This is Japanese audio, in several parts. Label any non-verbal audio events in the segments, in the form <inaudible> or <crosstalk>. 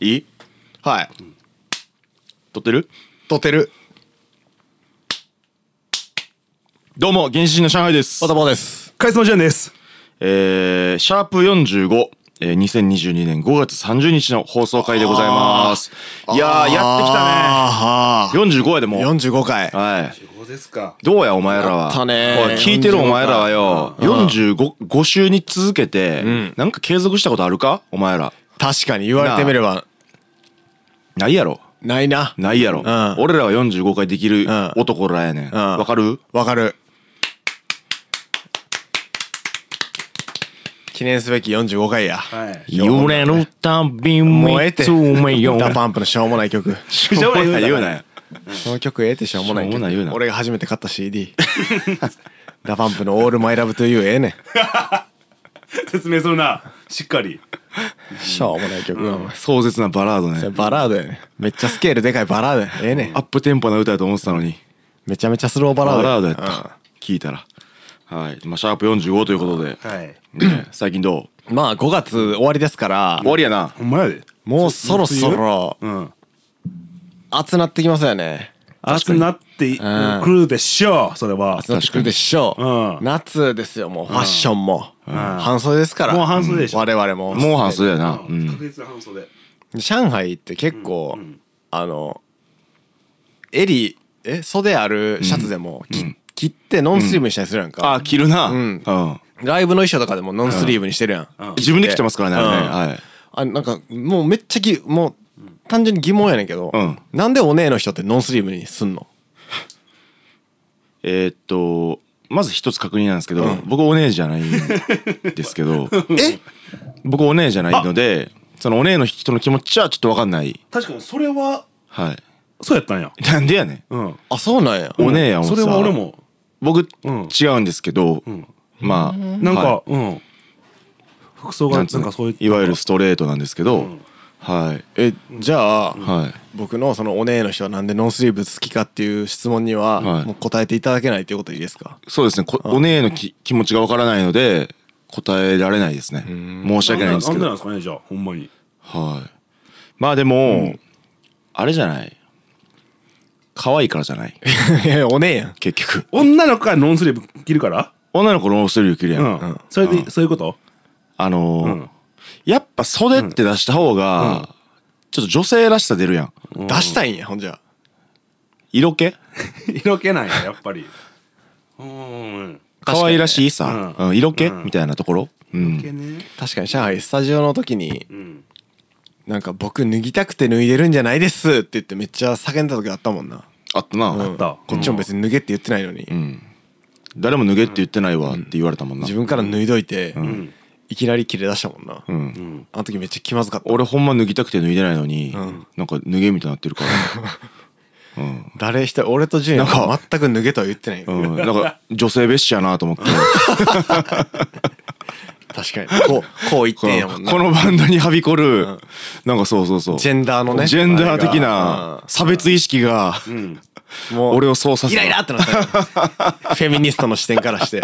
いいはい、撮ってるとてるどうも原始人の上海ですおたぼですカリスマジュンです。えー、シャープ45えー、2022年5月30日の放送回でございます。いやー、やってきたね。あ45やでもう。ー45回はい。そうですか。どうやお前らは。やったねおい聞いてるお前らはよ、45、5週に続けて、なんか継続したことあるかお前ら。確かに言われてみればないやろ。ないなないやろ。ん俺らは45回できるん男らやねん。わ、かるわかる記念すべき45回やはい。揺れるたび燃え見てつめよう。ダパンプのしょうもない <laughs> 曲しょうもない言うなよ。その曲ええってしょうもないしょうもない言うな俺が初めて買った CD <laughs> ダパンプの「オールマイラブトゥ o ーええね説明するな。しっかり。んしょうもない曲、壮絶なバラードそね。れバラードやねんめっちゃスケールでかいバラードやええねんアップテンポな歌やと思ってたのに。めちゃめちゃスローバラーバドラードやっうんた。聞いたら。はい。まあ、シャープ45ということで。はい。ね最近どうまあ5月終わりですから終わりやな。ほんまやで。もうそろそろうん。暑なってきますよね熱くなってくるでしょう。それは暑。なってくるでしょうんう夏ですよもうファッションも半袖ですからもう半袖でしょ我々ももう半袖やな。ううんん。確実な半袖。上海って結構あの襟え袖あるシャツでもき切ってノンスリーブにしたりするやんあ、か着るな。ううんん。自ライブの衣装とかでもノンスリーブにしてるやん分で着てますからね、あれね。はい。あなんかもうめっちゃぎもう単純に疑問やねんけど、うんなんでお姉の人ってノンスリーブにすんのえーっと、まず一つ確認なんですけど、僕お姉じゃないんですけど、え僕お姉じゃないので、そのお姉の人の気持ちはちょっとわかんない。確かにそれははい。そうやったんや。なんでやねん。うん。あそうなんやお姉やもんさそれは俺も。僕、うん違うんですけど、んまあなんはかうん。服装いがななんつうんかそういう。いわゆる。ストレートなんですけど、はいえじゃあ、はい僕のそのお姉の人はなんでノンスリーブ好きかっていう質問には、はいもう答えていただけないということでいいですかそうですねこお姉のき気持ちがわからないので答えられないですね申しなんで訳ないなんでんすけでなんどですかねじゃあほんまに。はいまあでも、あれじゃない可愛いからじゃないいやお姉やん結局女の子がノンスリーブ着るから。女の子のスリーブ着るや、うんん。それでそういうこと。あのーうんやっぱ袖って出した方が、ちょっと女性らしさ出るやん出したいんやほんじゃ色気色気なんややっぱり。うん。可愛らしいさ、うんうん色気、うんみたいなところ、うん、色気ね。確かに上海スタジオの時にうん。なんか僕脱ぎたくて脱いでるんじゃないですって言ってめっちゃ叫んだ時あったもんなあったな、あったこっちも別に脱げって言ってないのに、誰も脱げって言ってないわって言われたもんな、自分から脱いどいて、んいきなり切れ出したもんな、うんうん。あの時めっちゃ気まずかった俺ほんま脱ぎたくて脱いでないのに、んなんか脱げみたいになってるか誰一人俺と純也は全く脱げとは言ってない、 <laughs> ら、うん、なんか女性蔑視やなと思って確かにこうこう言っこてんやもんのなこのバンドにはびこる、なんかそうそうそうジェンダーのねジェンダー的あれがな差別意識が、もう俺をそうさせイたライラって <laughs> なったよフェミニストの視点からして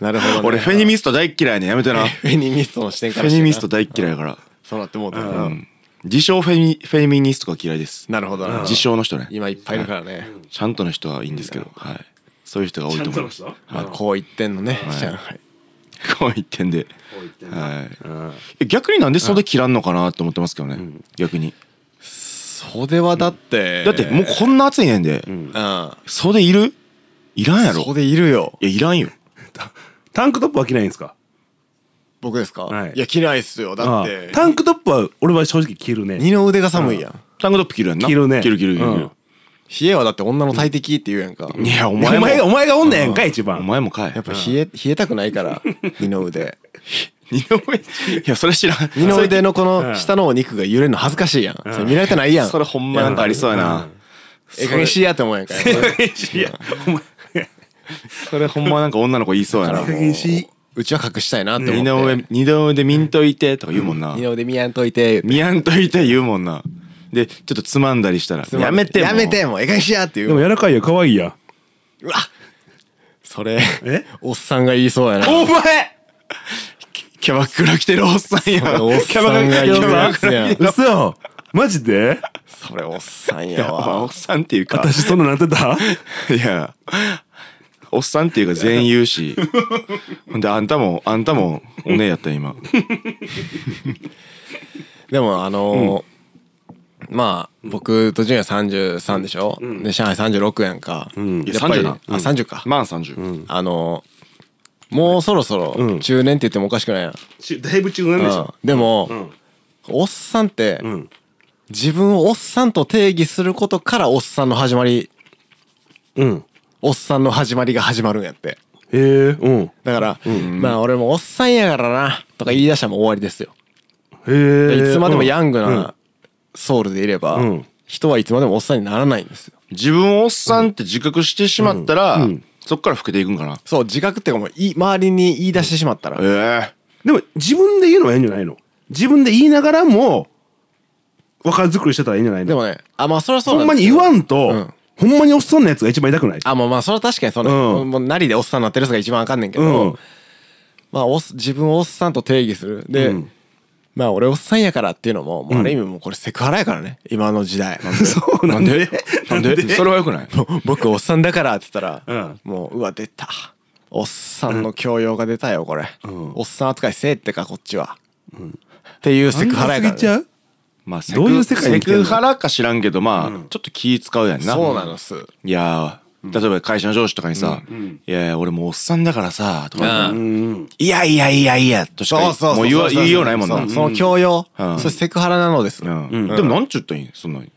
なるほど、ね、俺フェニミスト大っ嫌いねやめてなフフェニニストの視点からェしてニなミスト大っ嫌いやから、そうなってもうたな、うん、自称フェミフェミニストが嫌いですなるほどな自称の人ね今いっぱいいるからね、ちゃんとの人はいいんですけど、はい、そういう人が多いちゃとん思といのます人。まあこう言ってんのね、上海こう一点で、こう言ってんなはうん。い、逆になんで袖切らんのかなって思ってますけどね、逆に袖はだって、だってもうこんな暑いねんで、う袖いるいらんやんろ袖いるよいやいらんよタンクトップは着ないんですか僕ですか、はいいや着ないっすよだあっあてタンクトップは俺は正直着るね二の腕が寒いやんタンクトップ着るやんな着るね着る着る着る、冷えはだって女の大敵って言うやんか、いやおお前前もがお前がおんねやんか一お番前もかいやっぱ冷え、冷えたくない <laughs> から、二の腕。二の腕いやそれ知らん二の腕のこうのん下のお肉が揺れるの恥ずかしいやん。それ見られてないやん。それほんまなんかありそうやな、ええ加減しいやって思うやんか。いやお前それほんまなんか女の子言いそうやな加減しうちは隠したいなって思 <laughs> 二のって。腕二の腕見んといてとか言うもんな、二の腕見やんといて。見やんといて言うもんなでちょっとつまんだりしたらやめてもうやめてもうええ加減しいやってで言もう。柔らかいや可愛いやうわそれ、えおっさんが言いそうやな。お前キャバクラ来てるおっさんやんおっさんが言うやつやん嘘マジで <laughs> それおっさんいややまあおわっさんっていうか私そんななってた <laughs> いやおっさんっていうか全員言うしほんであんたもあんたもお姉やったよ今でもあのーまあ僕と純也33でしょで上海36やんかんやっぱりいや30あな30か満30、あのーもうそろそろ中年って言ってもおかしくないやんちだいぶ中なんでしょうんでもんおっさんってん自分をおっさんと定義することからおっさんの始まりうんおっさんの始まりが始まるんやってへえうんへだから、まあ俺もおっさんやからなとか言い出したらもう終わりですよ、えいつまでもヤングなソウルでいれば、うん人はいつまでもおっさんにならないんですよ自分をおっさんって自覚してしまったら、そっから老けていくんかなそう自覚っていうかもうい周りに言い出してしまったら、えでも自分で言うのはいいんじゃないの自分で言いながらも若作りしてたらいいんじゃないのでもねあまあそれはそうほなんんまですにけ言どわんと、うんほんまにおっさんのやつが一番痛くないあもうまあそれは確かにその、うんもうなりでおっさんになってるやつが一番あかんねんけど、うんまあおっ自分をおっさんと定義するで、うんまあ俺おっさんやからっていうのも、もうある意味もうこれセクハラやからね今の <laughs> 時代そうなんでなんでそれはよくないもう <laughs> 僕おっさんだからって言ったら、うんもううわ出たおっさんの教養が出たよこれ、んおっさん扱いせえってかこっちは、っていうセクハラやから、ね、うまあセどういう世界にセ生きてんのクハラか知らんけどまあ、ちょっと気使うやんなそうなのっす、いやー例えば会社の上司とかにさ「いやいや俺もうおっさんだからさ」とかう言んって「いやいやいやいや」としかもう言わ言いようないもんなそその教養、うんそれセクハラなのです、うんでもなんちゅったらいいんそんなに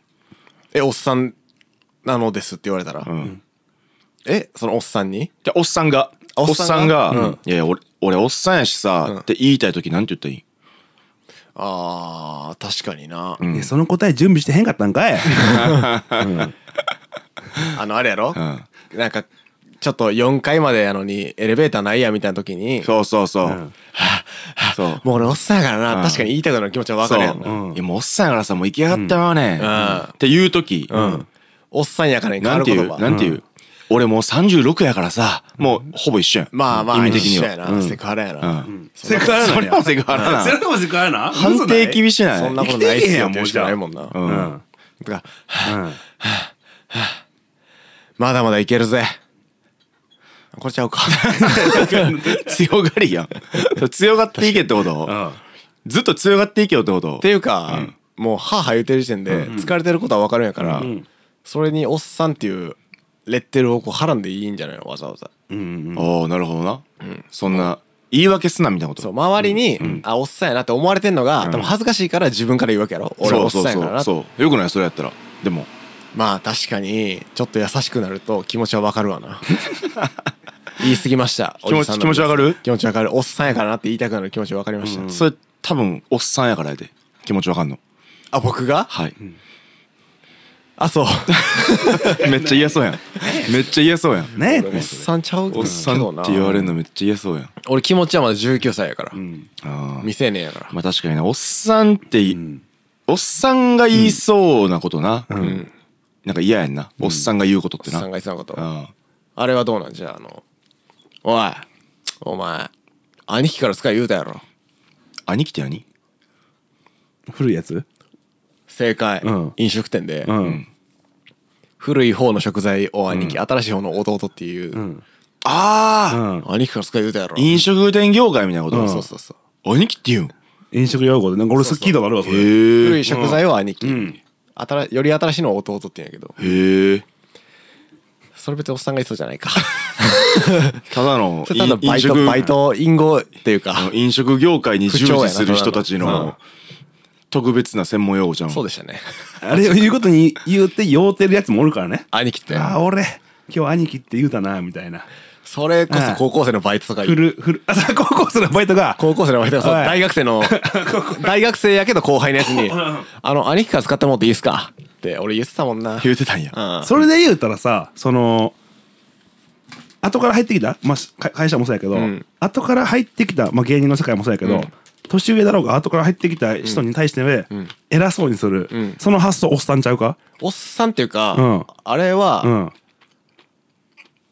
えおっさんなのですって言われたら、んえそのおっさんにじゃあおっさんがあおおっっささんんががうん「いやいや俺俺おっさんやしうんさ」って言いたい時なんて言ったらいいあー確かにな、えその答え準備してへんかったんかいあのあれやろ、なんかちょっと4階までやのにエレベーターないやみたいな時にそうそう <laughs> そうそうもう俺おっさんやからうな、ん確かに言いたくなる気持ちはわかるやんな。そういやもうおっさんやからさもう行きやがったわねんっていう時うん。おっさんやからに変なわんるてい言う葉。なんていう俺もう36やからさもうほぼ一緒やんまあまあ、意味的に一緒やはな。セクハラやなう。セクハそれもセクハラなそれでもセクハラな判定厳しないそんなことないっ生きすよ。 <laughs> てけへんやんもうしかないもんな。ううんんだからうんまだまだいけるぜ。これちゃうか。強がりやんそう強がっていけってことんずっと強がっていけよってことっていうか、もう母言うてる時点で疲れてることはわかるんやから、それにおっさんっていうレッテルをこうはらんでいいんじゃないのわざわざ。ああなるほどなそんな言い訳すなみたいなこそとう周りに、あおっさんやなって思われてんのが、多分恥ずかしいから自分から言うわけやろ俺はおっさんやからなってそうよくないそれやったらでもまあ確かにちょっと優しくなると気持ちはわかるわ <laughs> な言い過ぎました気持ちおじさんなんです気持ちわかる気持ちわかるおっさんやからなって言いたくなる気持ちわかりました、それ多分おっさんやからやで気持ちわかんのあ僕がはい <laughs> あそうめっちゃ嫌そうやんめっちゃ嫌そうやんねえおっさんちゃうけどなおっさんって言われるのめっちゃ嫌そうやん俺気持ちはまだ19歳やから、ああ未成年やからまあ確かになおっさんっていおっさんが言いそうなことななんか嫌やんなおっさんが言うことっおてっさなんが言ってたことうんあれはどうなんじゃああのおいお前兄貴から使い言うたやろ兄貴って何古いやつ正解、うん飲食店で、うん古い方の食材を兄貴、新しい方の弟っていう、ああうん兄貴から使い言うたやろ飲食店業界みたいなこと、そうそうそう兄貴って言うん飲食用語でなんか俺それ聞いたことあるわそれへ古えい食材を兄貴、新より新しいのを弟って言うんやけどへえそれ別におっさんが言いそうじゃない <laughs> かただのそれただいバイトバイト隠語っていうあのか飲食業界に従不調や事すなる人たちただのうんの特別な専門用語じゃんそうでしたねあれを言うことに言うて酔うてるやつもおるからね兄貴ってあー俺今日兄貴って言うたなみたいなそれこそ高校生のバイトとか古古あさ高校生のバイトが高校生のバイトがそうはい大学生の大学生やけど後輩のやつに「あの兄貴から使ってもらっていいっすか?」って俺言ってたもんな言うてたんやうんそれで言うたらさその後から入ってきた、まあし、か会社もそうやけど、ん後から入ってきた、まあ、芸人の世界もそうやけど、年上だろうが後から入ってきた人に対してね、偉そうにする、んその発想おっさんちゃうか、おっさんっていうか、うんあれは、うん、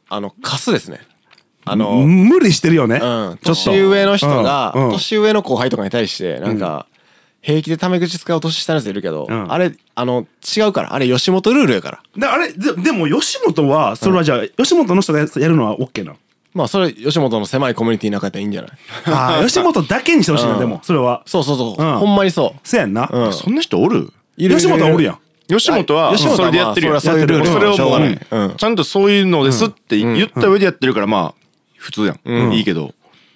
あのカスですねあの、無理してるよね、うん、ちょっと年上の人が、うんうん年上の後輩とかに対してなんか、平気でタメ口使う年下のやついるけど、うんあれあの違うからあれ吉本ルールやからであれででも吉本はそれはじゃあ、吉本の人がやるのは <laughs> OK なのまあそれ吉本の狭いコミュニティの中でいいんじゃないあー吉本だけにしてほしいな、うんでもそれはそうそうそう、うんほんまにそうせやんな、うんそんな人おるいるいるいる吉本はおるやん吉本はあ吉本はそれでやってるよまあそれはそういうルールそれをしょうもがうなういうんんちゃんとそういうのですって言った上でやってるからまあ普通やんいいけど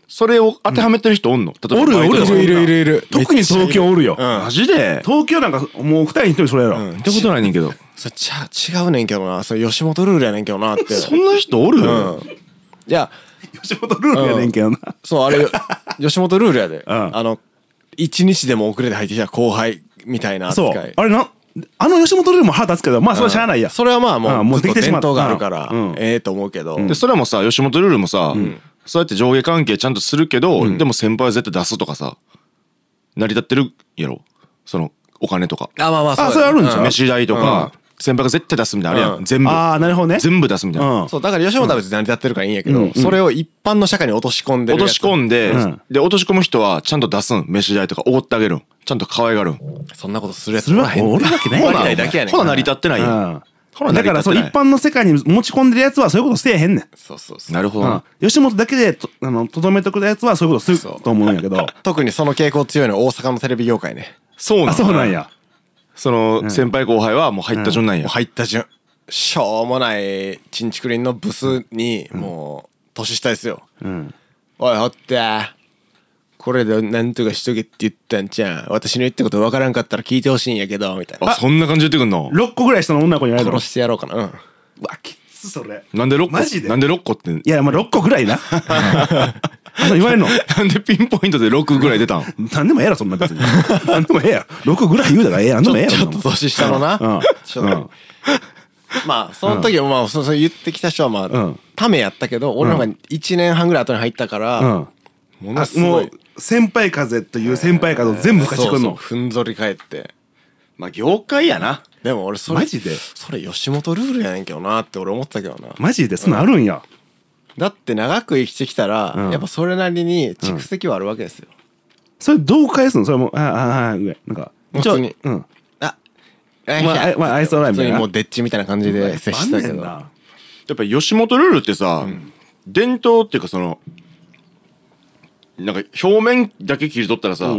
それを当てはめてる人おんの例えばおるよバイトとかおるよいるいるいる特に東京おるよ、うんマジで東京なんかもう二人に一人それやろ、行ったことないねんけどそれちゃ違うねんけどなそれ吉本ルールやねんけどなってそんな人おるうんいや吉本ルールやねんけどな、そうあ <laughs> れ吉本ルールやで、んあの一日でも遅れて入ってきた後輩みたいなそ扱ういあれなあの吉本ルールも腹立つけどまあそれはしゃあないや、それはまあもあうもうずっとできてし伝まった統があるからうんええと思うけど、でそれもさ吉本ルールもさそうやって上下関係ちゃんとするけどでも先輩は絶対出すとかさ成り立ってるやろそのお金とかあまあまあそうあそれあるんじゃん飯代とか先輩が絶対出すみたいなのあれやうん全部ああなるほどね全部出すみたいなうんそうだから吉本は別に成り立ってるからいいんやけど、それを一般の社会に落とし込んでる落やとつし込んで、うんで落とし込む人はちゃんと出すん飯代とかおごってあげるんちゃんと可愛がるんそんなことするやつそれはおるわけないほやらろないだけやねんほな成り立ってないやん、ほうら成ん、だりから立そっうて一ない般の世界に持ち込んでるやつはそういうことせえへんねん、そうそうそうなるほどうな、ん、吉本だけでとあのとどめとくやつはそういうことすると思うんやけど特にその傾向強いのは大阪のテレビ業界ねそうなあんそうなんやその、先輩後輩はもう入った順なんや、もう入った順しょうもないちんちくりんのブスにもう年下ですよ、うんおいほってこれでなんとかしとけって言ったんじゃん私の言ったこと分からんかったら聞いてほしいんやけどみたいなあそんな感じで言ってくんの6個ぐらい下の女の子にやる殺のしてやろうかなうんうわきつそれなんで6個マジでなんで6個って <laughs> いやまあ6個ぐら <laughs> いなあそう言われるのなんでピンポイントで6ぐらい出たん何でもええやろそんな <laughs> 別に何でもええやろ6ぐらい言うだからええやん何でもええやろちょっそんとなもん年下のな、うんちょっとまあその時はまあそうそう言ってきた人はまうあんためやったけど俺の方が1年半ぐらい後に入ったから、うんものあすもごうい先輩風という先輩風を全部勝ちそう込むそうのふんぞり返ってまあ業界やなでも俺それマジでそれ吉本ルールやねんけどなって俺思ってたけどなマジでそんなんあるんやだって長く生きてきたら、んやっぱそれなりに蓄積はあるわけですよ、それどう返すのそれもああああぐらいなんか普通に一応うんあまああまあ愛想笑い普通みたいになもうデッチみたいな感じで接してたけあんねんどなやっぱ吉本ルールってさ、伝統っていうかそのなんか表面だけ切り取ったらさ、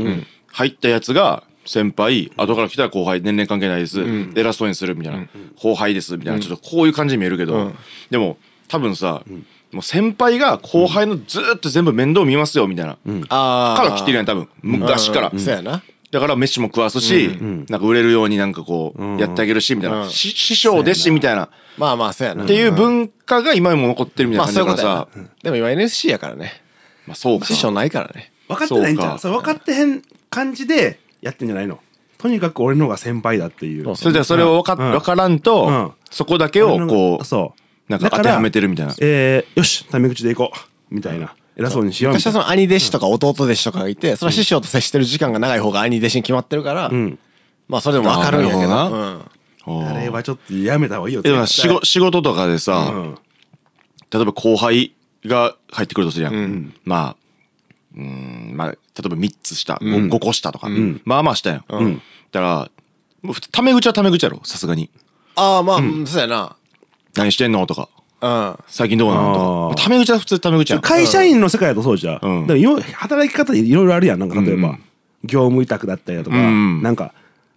入ったやつが先輩後から来たら後輩年齢関係ないです、偉そうにするみたいな、後輩ですみたいなちょっとこういう感じに見えるけど、でも多分さ、もう先輩が後輩のずーっと全部面倒見ますよみたいな、あから来てるやん多分昔から、うんそうやなだから飯も食わすし、なんか売れるようになんかこうやってあげるしみたいな、うんし師匠弟子みたいな。まあまあそうやなっていう文化が今も残ってるみたまいあなそういう感じこだとからやさな、でも今 NSC やからねまあ、そうか師匠ないからね分かってないんじゃそんうかそれ分かってへん感じでやってんじゃないのとにかく俺の方が先輩だっていうそれではそれを分か,、うん分からんと、うんそこだけをこうそうなんか当てはめてるみたいなだからえーよしタメ口で行こうみたいな偉そうにしようみ昔たいはなその兄弟子とか弟弟子とかがいてそれは師匠と接してる時間が長い方が兄弟子に決まってるから、んまあそれでも分かるんやけどなるほうんああれはちょっとやめた方がいいよでも仕事仕事とかでさ、うん例えば後輩が入ってくるとするやん、まあうんまあ例えば3つ下、五 5, 個下とか、まあまあ下やん、だからもう普通タメ口はタメ口やろさすがにああまあ、そうやな「何してんの?」とかうん「最近どうなあの?」ーとかタメ口は普通タメ口やん会社員の世界だとそうじゃん、うんでもよ働き方いろいろあるやんなんか例えば、業務委託だったりだとか、うんなんか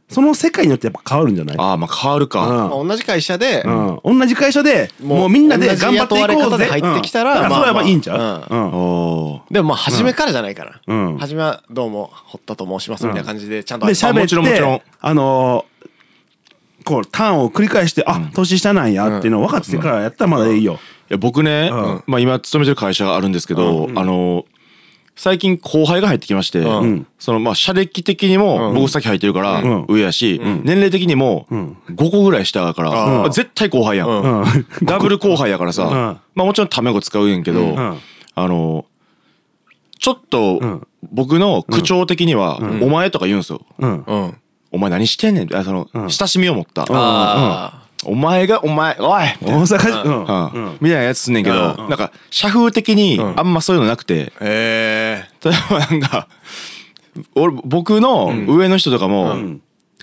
その世界によってやっぱ変わるんじゃないああまあ変わるか、うんまあ同じ会社で、うん、同じ会社でももううみんなで頑張っ同じ雇ていこわうれぜ方で入ってきたらうんだからそれはまあいいんちゃう、うんおでもまあ初めからじゃないから、うん初めはどうも堀田と申しますみたいな感じでちゃんとであ喋もちろんもちろっんてあのーこうターンを繰り返してあ年下なんやっていうのを分かってからやったらまだいいよいや僕ね、うんまあ、今勤めてる会社があるんですけど、あの最近後輩が入ってきまして、うんそのまあ社歴的にも僕先入ってるからうん上やし、年齢的にもん5個ぐらい下だから、まあ絶対後輩やん、うん、ダブル後輩やからさ、んまあ、もちろんタメ語使うんやけど、んあのちょっとん僕の口調的には「お前」とか言うんですよ。うん、うんお前何してんねんあその親しみを持った、あお前がお前おいみたい大な阪人うんううんんみたいなやつすんねんけどなんか社風的にあんまそういうのなくてへえ例えばなんか俺僕の上の人とかも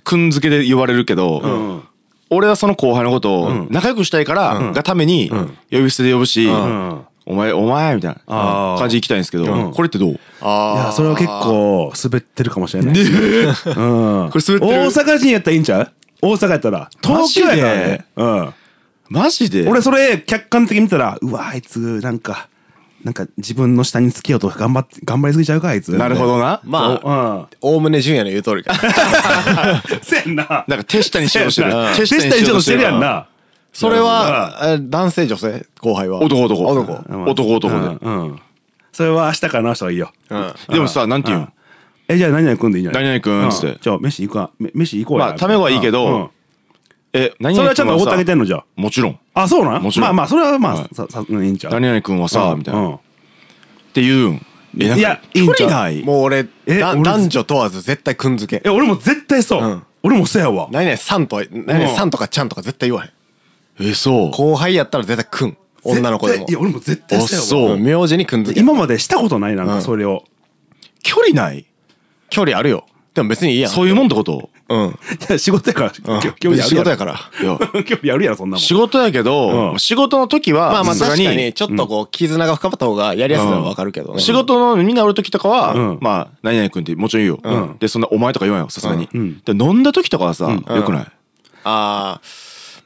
くんづけで呼ばれるけど俺はその後輩のことを仲良くしたいからがために呼び捨てで呼ぶしんお前お前みたいなあー感じで行きたいんですけどんこれってどういやあそれは結構滑ってるかもしれない、うん、これ滑ってる大阪人やったらいいんちゃう大阪やったら東京やからね、うんマジで俺それ客観的に見たらうわあいつなんかなんか自分の下につけようと頑張って頑張りすぎちゃうかあいつなるほどなあまうあ <laughs> んおおむね純也の言う通り <laughs> かせやんななんか手下にしようとしてるせやんな手下にしようとしてるやんなそれはえ男性女性後輩は男男男うん男男でうんうんそれは明日から直した方がいいようんでもさなんていうんえじゃあ何々くんでいいんじゃない何々くんっつってうじゃあ飯行くわめ飯行こうやまあタメ語はいいけどうんえ何そ々れはちゃんとおごってあげてんのじゃあもちろんあそうなんもちろんまあまあそれはまあ、はいささいいんちゃう何々くんはさみたいなうっんて言うんえなんいかやいいんちゃう距離ないもう俺えだ俺男女問わず絶対くんづけえ俺も絶対そう、うん俺もそうやわ何々さんとは何々さんとかちゃんとか絶対言わへんえそう後輩やったら絶対くん女の子でも絶対いや俺も絶対あそうやわそうん名字にくんづけ今までしたことないなんうんかそれを、距離ない距離あるよでも別にいいやんそういうもんってことうんいや仕事やから、うんきょ興味ある仕事やかかいらや <laughs> 興味あるやろそんなもん仕事やけどうん仕事の時はまあまあさすが確かにちょっとこう絆が深まった方がやりやすいのはわかるけど仕事のみんなおる時とかは、うんまあ何々君ってもちろん言うよ、うんでそんなお前とか言わんよさすがに、うんで飲んだ時とかはさ、よくないああ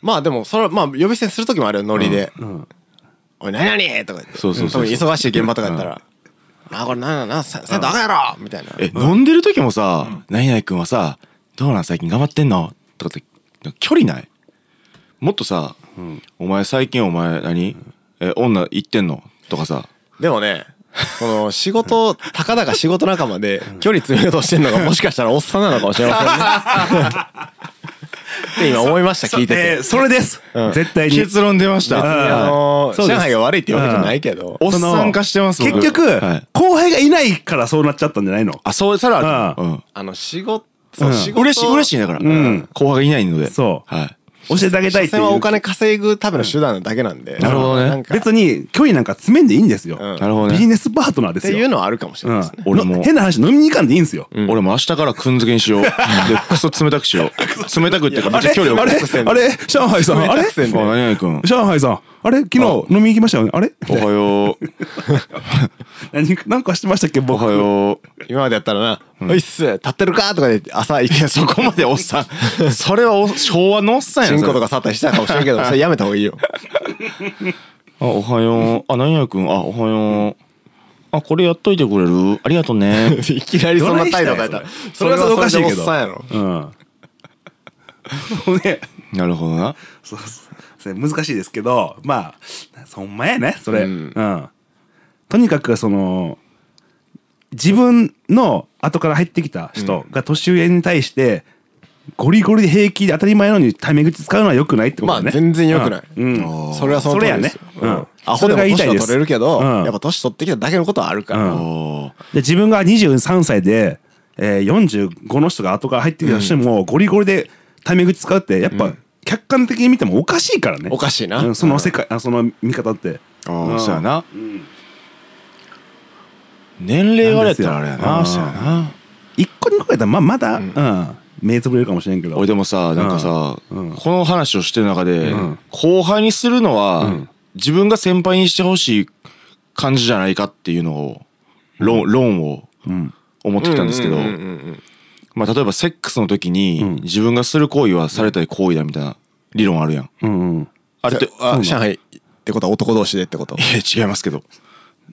まあでもそれはまあ呼び捨てする時もあるよノリでうん「おい何々!」とか言ってそうそうそうそう特に忙しい現場とかやったら「ああこれ何々なせんとあかんやろ!」みたいなえ、飲んでる時もさ、何々君はさどうなん最近頑張ってんのとかって距離ないもっとさ、お前最近お前何え女行ってんのとかさでもねこの仕事たかだか仕事仲間で距離詰めようとしてるのがもしかしたらおっさんなのかもしれませんねって今思いました聞いてえてーそれです、うん絶対に結論出まし別にたあのそうです上海が悪いってわけじゃないけどおっそのさん化してます僕結局、はい後輩がいないからそうなっちゃったんじゃないのあそうさらううんあの仕事そううん仕事嬉しい嬉しいだから、ん後輩がいないのでそうはい教えてあげ所たいってい詮はおう金稼ぐための手段だけなんで、なるほどねなんか別に距離なんか詰めんでいいんですよ、うんなるほどねビジネスパートナーでってすよいうのはあるかもしれないですね、うん、俺もの変な話飲みに行かんでいいんですよ、俺も明日からくんづけにし <laughs> よう。で、クソ冷たくしよう。冷たくっていうか、めあっちゃれ距離をあれ置く。あれ上海さんあれ冷たくせんあ何々くん。上海さんあれ昨日飲みに行きましたよねあれ <laughs> おはよう。何なんかしてましたっけお僕はよ今までやったらな「おいっす立ってるか?」とかで朝行う。い <laughs> けや、そこまでおっさん。それはお昭和のおっさんやチん。ンそコとれか触ったりしたかもしれんけどそれやめた方がいいよあ、おはよう。あ、何々くん。あ、おはよう。あ、これやっといてくれるありがとうね。 <laughs> いきなりそんな態度変えたらそれはそれでおかしいけそれはそれでおどっさんやろうん <laughs> ねなるほどな。そうそうそれ難しいですけどまあそんまやねそれ、うんうんとにかくその自分の後から入ってきた人が年上に対してゴリゴリで平気で当たり前のようにタメ口使うのは良くないってことまね、あ全然良くない、うんあーそれはその通りですよそれやねうんアホでもそれが言い年たいはです取れるけど、うんやっぱ年取ってきただけのことはあるから、うんおーで自分が23歳で、えー、45の人が後から入ってきたとしても、ゴリゴリでタメ口使うってやっぱ客観的に見てもおかしいからねおかしいなうんその世界、あその見方ってあうー、んそうやな。年齢があれやったらあれやなんな。ですそうよやな。一個二個やったらまあまだ、うん目つぶれるかもしれんけど俺でもさなんかさ、うんこの話をしてる中で、うん後輩にするのは、うん自分が先輩にしてほしい感じじゃないかっていうのを論論をうん思ってきたんですけど、うんうんうんまあ、例えばセックスの時に、うん自分がする行為はされたい行為だみたいな理論あるやん。うんうんあれってあ上海ってことは男同士でってこといや違いますけど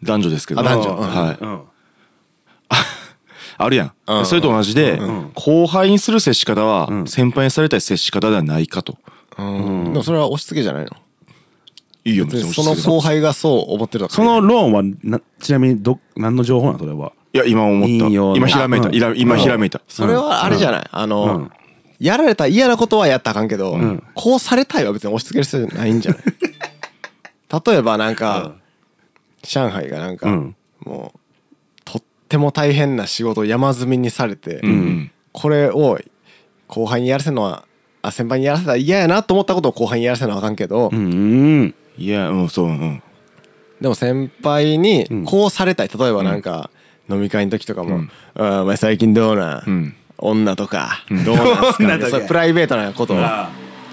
男女ですけどあ男女はい、うんあるやん、うんそれと同じで、ん後輩にする接し方は、ん先輩にされたい接し方ではないかとうんでもそれは押し付けじゃないのいいよ別別ににその後輩がそう思ってるとかそのローンはなちなみにど何の情報なんそれはいや今思った引用の今ひらめいた、うんいら今ひらめいた、それはあれじゃない、あの、うんやられた嫌なことはやったらあかんけど、こうされたいは別に押し付ける必要ないん <laughs> じゃない例えばなんか、上海がなんか、うんもうとっても大変な仕事を山積みにされて、んこれを後輩にやらせるのはあ先輩にやらせたら嫌やなと思ったことを後輩にやらせなあかんけど、うんいやうんそううんでも先輩にこうされたい例えばなんか飲み会の時とかも「あーお前最近どうなん、ん女とかどうなんすか、女とかそれプライベートなことをあ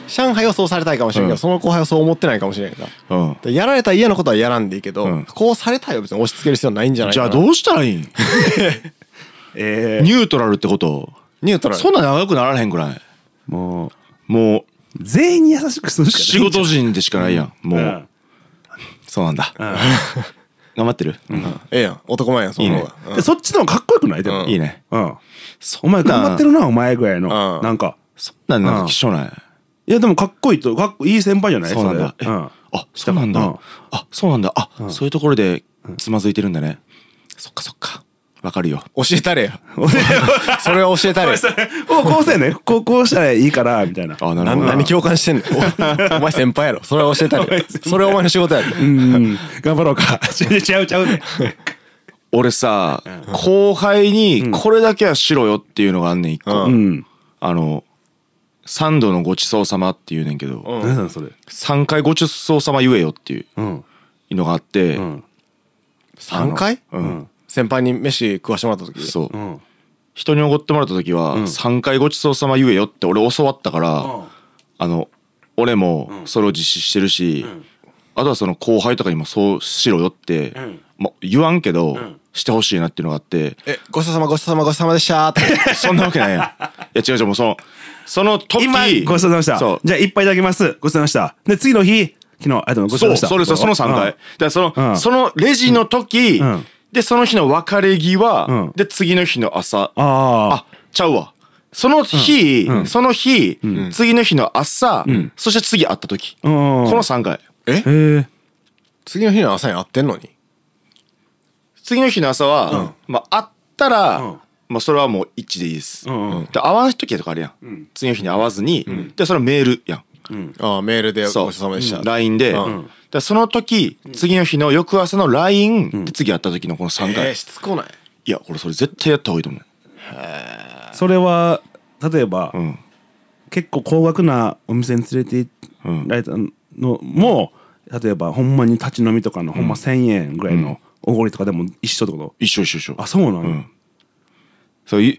上海はそうされたいかもしれんけうど、んその後輩はそう思ってないかもしれんからうんでやられたら嫌なことはやらんでいいけど、うんこうされたいは別に押し付ける必要ないんじゃないじかゃなあどうしたらいいんえニュートラルってことニュートラルそんな長くならへんくないーもうもう全員に優しくするしかない仕事人でしかないやんもうんうそうなん <laughs> だ頑張ってるええやん男前やんその方がでそっちの方がかっこよくないでもうんいいねうんお前頑張ってるなお前ぐらいのうんなんかそんなんなんかきしょないいやでもかっこいいとかっこいい先輩じゃないそうなんだれうん <laughs> えあそうなんだうんあそうなんだあそういうところでつまずいてるんだねそっかそっかわかるよ教えた <laughs> れよそれは教えたれよこうこうせえねこうこうしたらいいからみたいなあなるなほど何共感してんのおお前先輩やろそれは教えた <laughs> れよそれはお前の仕事やろうん頑張ろうか <laughs> 違う違う違うね俺さ後輩にこれだけはしろよっていうのがあんねん一個ううんあの三度のごちそうさまって言うねんけど何だそれ三回ごちそうさま言えよっていううんのがあってん3回うん先輩に飯食わしてもらった時そううん人におごってもらった時は3回ごちそうさま言えよって俺教わったから、うんあの俺もそれを実施してるし、あとはその後輩とかにもそうしろよって、んまあ言わんけど、んしてほしいなっていうのがあってえごちそうさまごちそうさまごちそうさまでしたーってそんなわけ <laughs> ないやんいや違う違うもうそのその時今ごちそうさまでしたそうじゃあ一杯いただきますごちそうさまでしたで次の日昨日ありがとうございそまうしたそれさその3回、だからその、うんそのレジの時、うんうんでその日の別れ際、うんで次の日の朝ああちゃうわその日、うんその日、次の日の朝、んそして次会った時、あうんこの3回えへえ次の日の朝に会ってんのに次の日の朝は、まあ会ったら、まあそれはもう一致でいいです、うんうんで会わん時とかあるやん、次の日に会わずに、でそれはメールやんああメールでごそちそううさまでしたうん LINE で、うんでその時次の日の翌朝の LINE、で次会った時のこの3回、えーしつこないいや俺それ絶対やった方がいいと思うそれは例えばうん結構高額なお店に連れて行られたのも例えばほんまに立ち飲みとかのほんま1,000円ぐらいのおごりとかでも一緒ってこと一緒一緒一緒あそうなの、んそうい、ん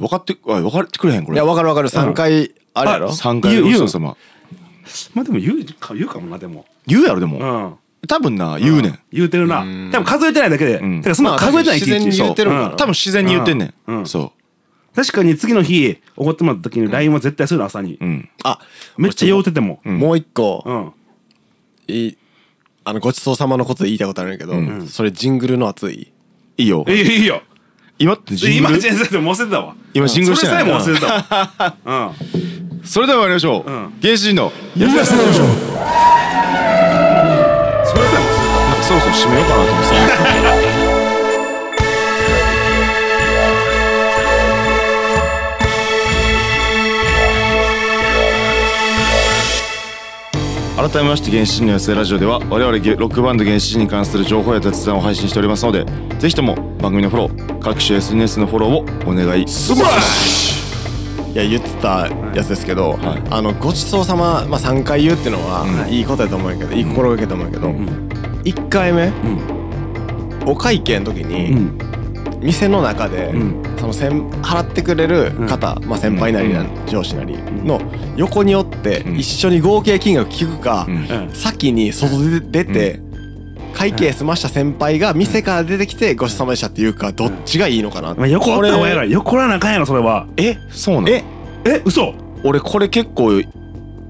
分かってあ分かってくれへんこいれやわかるわかる3回あれやろあ3回言うごちそうさままあでも言うか言うかもなでも言うやろでも、うん多分な言うねん、言うてるな多分数えてないだけで、んてかそんなまあ数えてない自然に一日言ってるもんなうん多分自然に言ってんねん、うんそ確かに次の日おごってもらった時に LINE は絶対するの朝に、ううんあめっちゃ酔うててももう一個うんいいあのごちそうさまのことで言いたいことあるんやけどそれジングルの熱いいいよいいよいいよ今ってジング今ル全然でも忘れてたわ今シングルしそれてさなえいも忘れてた <laughs> わそれでは参りましょう、ん原始人のうん安田さんでしょそれさえも忘れてたなんかそろそろ締めようかなと思ってさ改めまして原始人の安田ラジオでは我々ゲロックバンド原始人に関する情報や雑談を配信しておりますのでぜひとも番組のフォロー各種 SNS のフォローをお願いしますいや言ってたやつですけど、はいあのごちそうさま、まあ、3回言うっていうのは、うんいいことやと思うんやけど、いい心がけやと思うんやけど、ん1回目、お会計の時うに、ん店の中で、んその先払ってくれる方、まあ、先輩なりな、上司なりの横におって、うん一緒に合計金額聞くか、うんうん先に外で出て、会計済ました先輩が店から出てきてごちそうさまでしたっていうかどっちがいいのかなって、まあ、横おった方が偉い横らなあかんやろそれはえそうなのええ嘘俺これ結構い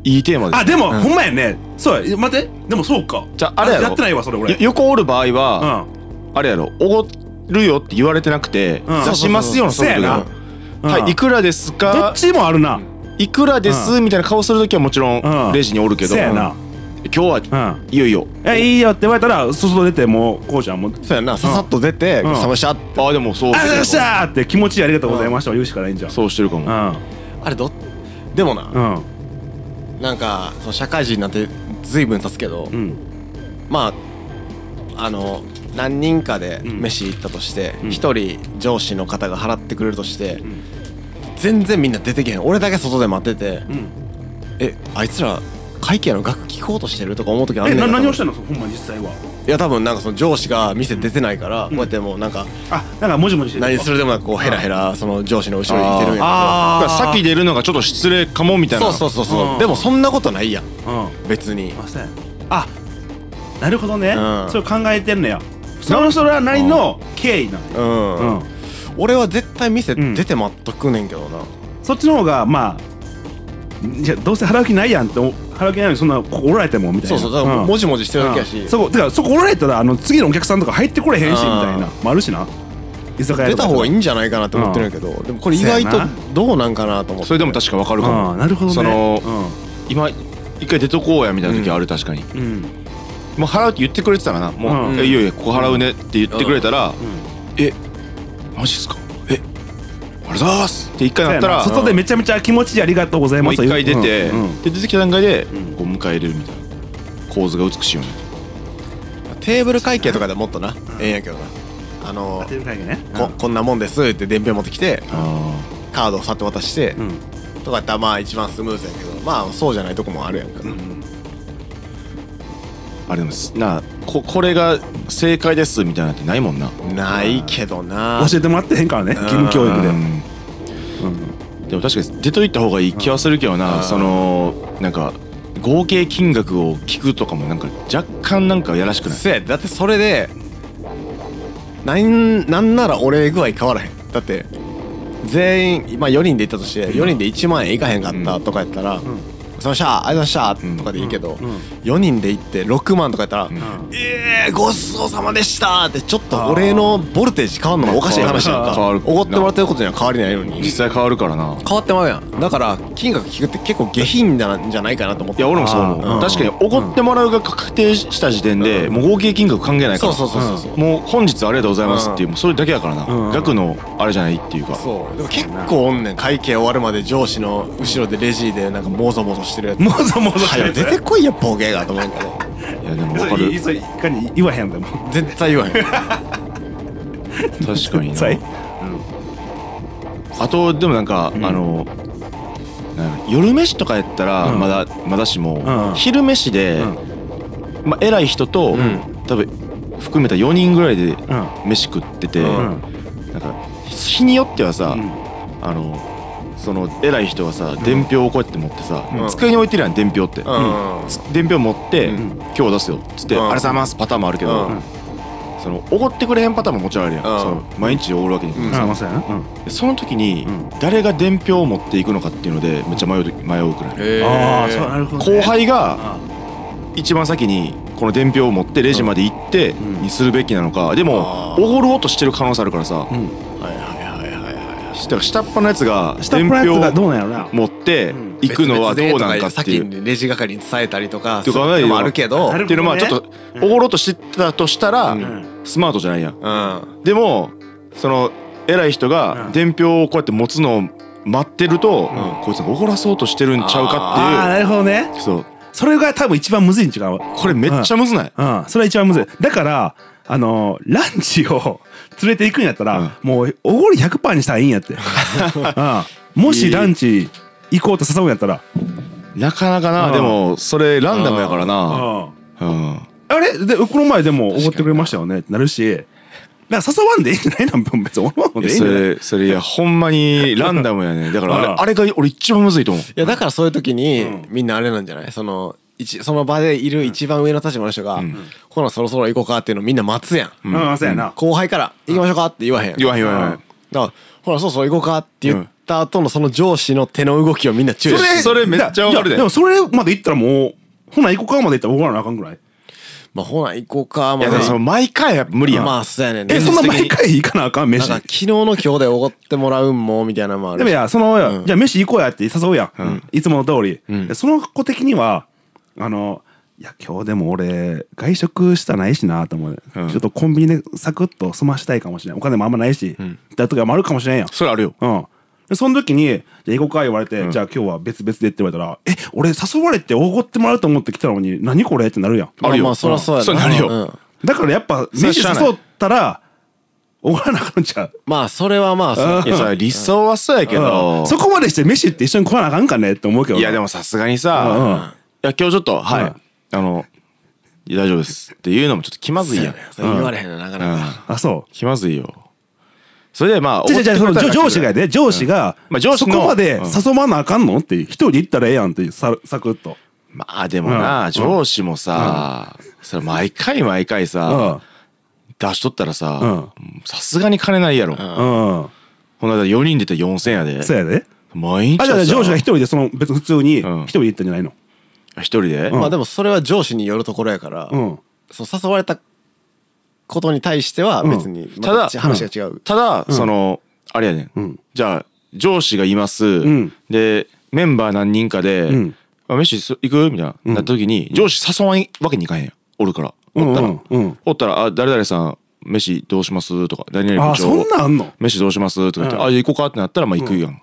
いテーマですあでも、ほんまやねそうや待ってでもそうかじゃああれやろやってないわそれ俺よ横おる場合うは、んあれやろおごるよって言われてなくて、うん出しますよのそうそうそう時そうはやうんはいいくらですどっかちもあるないくらです、みたいな顔する時はもちろうんんレジにおるけど、せやな今日はうんいよいよえいいよって言われたら外出てもうこうちゃんもうそうやなささっと出て、うんごちそうさまでしたってああでもそうありがとうございましそうたって気持ちいいありがとうございましたを言うしかないんじゃんそうしてるかも、うんあれどでもな、うんなんかその社会人になってずいぶん経つけど、うんまああの何人かでん飯行ったとしてん一、人上司の方が払ってくれるとして、全然みんな出てけへん俺だけ外で待ってて、うんえあいつら会計の額聞こうとしてるとか思う時あんえねんなな何を多し分たのそのほんま実際はいや多分なんかその上司が店出てないから、こうやってもうなんかあなんかもじもじしてる何するでもなくこうヘラヘラその上司の後ろにいてるんやだからあ先出るのがちょっと失礼かもみたけいどなそうそうそううそんうでもそんなことないやんあうん別にませんあなるほどね、うんそれを考えてんのやその人らなりの経緯なのうん、うん、俺は絶対店出て待っとくねんけどな、そっちの方がまあんじゃあどうせ払う気ないやんってお払う気ないのにそんなここおられてもみたいそなうそうだからもうもしじもじしてるだけやし、そこだからそこおられたらあの次のお客さんとか入ってこれへんしみうんたいなもあるしな居酒屋出とかた方がいいんじゃないかなって思ってるんやけど、でもこれ意外そうとやなどうなんかなと思ってそれでも確か分かるかあもあなるほどねそのう今一回出とこうやみたいな時はある確かにん、うん、もう払うって言ってくれてたらなもううんいやいやいやここ払うねって言ってくれたらえマジっすかえありがとうございますって一回なったらそうやな外でめちゃめちゃ気持ちでありがとうございもまうす一回出て、うんうんで出てきた段階でこう迎え入れるみたいな構図が美しいよねテーブル会計とかでもっとな、ええんやけどなあの当てる会議ねここんなもんですって伝票持ってきてあカードをさって渡して、うんとかやったらまあ一番スムーズやけどまあそうじゃないとこもあるやんか、ああれでもすなあここれが正解ですみたいなのってないもんなないけどな教えてもらってへんからね義務教育でうんでも確かに出といた方がいい気はするけどうなんそのなんか合計金額を聞くとかもなんか若干なんかやらしくないせやだってそれでなんなんなら俺具合変わらへんだって全員まあ4人で行ったとして4人で1万円いかへんかったとかやったら「お疲れ様でしたありがとうございました」とかでいいけど、4人で行って6万とかやったら「ええー、ごちそうさまでした」ってちょっと俺のボルテージ変わんのもおかしい話やんか変わるおごってもらってることには変わりないのに実際変わるからな変わってまうやんだから金額聞くって結構下品なんじゃないかなと思っいてや俺もそうあー思ううん確かにおごってもらうが確定した時点でうもう合計金額関係ないかそうらそうそうそうそう、もう本日ありがとうございますっていうもうそれだけやからなうん額のあれじゃないっていうかそうでも結構おんねん会計終わるまで上司の後ろでレジでなんかもぞもぞしてるやつもぞもぞしてはるよ出てこいやボケがと思うけどいやでもそ分かれいるそれいかに言わへんでも絶対言わへん確かに絶対なあとでもなんか、あのなんやろ夜飯とかやったらうんまだ、まだしも、ん昼飯で、まあ、偉い人と、ん多分含めた4人ぐらいでうん飯食ってて、うんなんか日によってはさ、うんあのその偉い人はさ伝票をこうやって持ってさ、ん机に置いてるやん伝票って、うんつ伝票持って、うん今日出すよっつって、うんありがとうございますパターンもあるけど、うんそのおごってくれへんパターンももちろんあるやん、うんその毎日おごるわけにいかないあまあそうやなうんでその時にうん時誰が伝票を持っていくのかっていうのでめっちゃ迷う時迷うくらいへああそうなるほどね後輩があ一番先にこの伝票を持ってレジまで行ってんにするべきなのかでもあーおごろうとしてる可能性あるからさうんはいはいはいはいはだから下っ端のやつが下っ伝端のやつ票がどをうなんやろな持ってんい行くのはどうなんかってい先う。にレジ係に伝えたりとかとそうかいうのもあるけどなるっていうのはまあちょっとおごろうとしてたとしたらんスマートじゃないやんうんでもその偉い人うがん伝票をこうやって持つのを待ってるとこいつがおごらそうとしてるんちゃうあーかなるほどねっていうそうそれが多分一番むずいん違うこれめっちゃむずないうんそれは一番むずいだからあのーランチを <laughs> 連れて行くんやったら、うんもうおごり100%にしたらいい <laughs> んやって、うん、もしランチ行こうと誘うんやったら、なかなかな、うんでもそれランダムやからな、あうんれでこの前でもおごってくれましたよねってなるしだから誘わんでいいんじゃないの別におごんいでやいいんそじゃないれそれいやほんまにランダムやねだからあれうあんれが俺一番むずいと思ういやだからそういう時にんみんなあれなんじゃないその一その場でいる一番上の立場の人が「ほなそろそろ行こうか」っていうのみんな待つやんうん、そうやな、後輩から「行きましょうか」って言わへん言わへん言わへんうだからほらそうそう行こうかって言った後のその上司の手の動きをみんな注意してそれめっちゃわかるいやででもそれまで行ったらもうほな行こうかまで行ったらおごらなあかんぐらいまあほな行こうかいまやだからその毎回やっぱ無理やん、まあそうやねんえそんな毎現実的回行かなあかんにな飯んか昨日の今日でおごってもらうんもみたいなのもあるでもいしやその、んじゃあ飯行こうやって誘うやん、いつもの通り、でその子的にはあのいや今日でも俺外食したないしなと思う、うんちょっとコンビニでサクッと済ましたいかもしれないお金もあんまないし、だとかもあるかもしれんやんそれあるようんでその時に「じゃあ行こうか」言われて、じゃあ今日は別々で」って言われたら「え俺誘われておごってもらうと思って来たのに何これ?」ってなるやんあるよまあまあそりゃそうやそれなるようんだからやっぱそれ飯知らない誘ったら終わらなあかんちゃうまあそれはまあそういやさ理想はそうやけうどんそこまでして飯って一緒に食わなあかんかねって思うけどいやでもさすがにさ、うんうんいや今日ちょっとはい、うんあのいや大丈夫ですっていうのもちょっと気まずいやん、それ言われへんのなかなかあそう気まずいよそれでまあ <laughs> じゃじゃおごってくれたら上司がやで上司が、まあ上司そのこまでうん誘わなあかんのって一人で行ったらええやんってさサクッとまあでもな、うん上司もさ、それ毎回毎回さ、出しとったらささすがに金ないやろ、んうんうんこの間4人出て4000やでそうやで毎日あじゃあさ上司が一人でその別に普通にうん一人で行ったんじゃないの一人で、まあでもそれは上司によるところやから、うんそう誘われたことに対しては別に、ただまた話が違う、ただ、そのあれやねん、んじゃあ上司がいます、んでメンバー何人かで「うんあ飯す行く?」みたいな、なった時に上司誘わんわけにいかへんやんおるからおったら、うんうんうんおったら「あ誰々さん飯どうします?」とか「何々あ部そん長なんあんの飯どうします?」とか言って「うんあじゃあ行こうか」ってなったらまあ行くやん、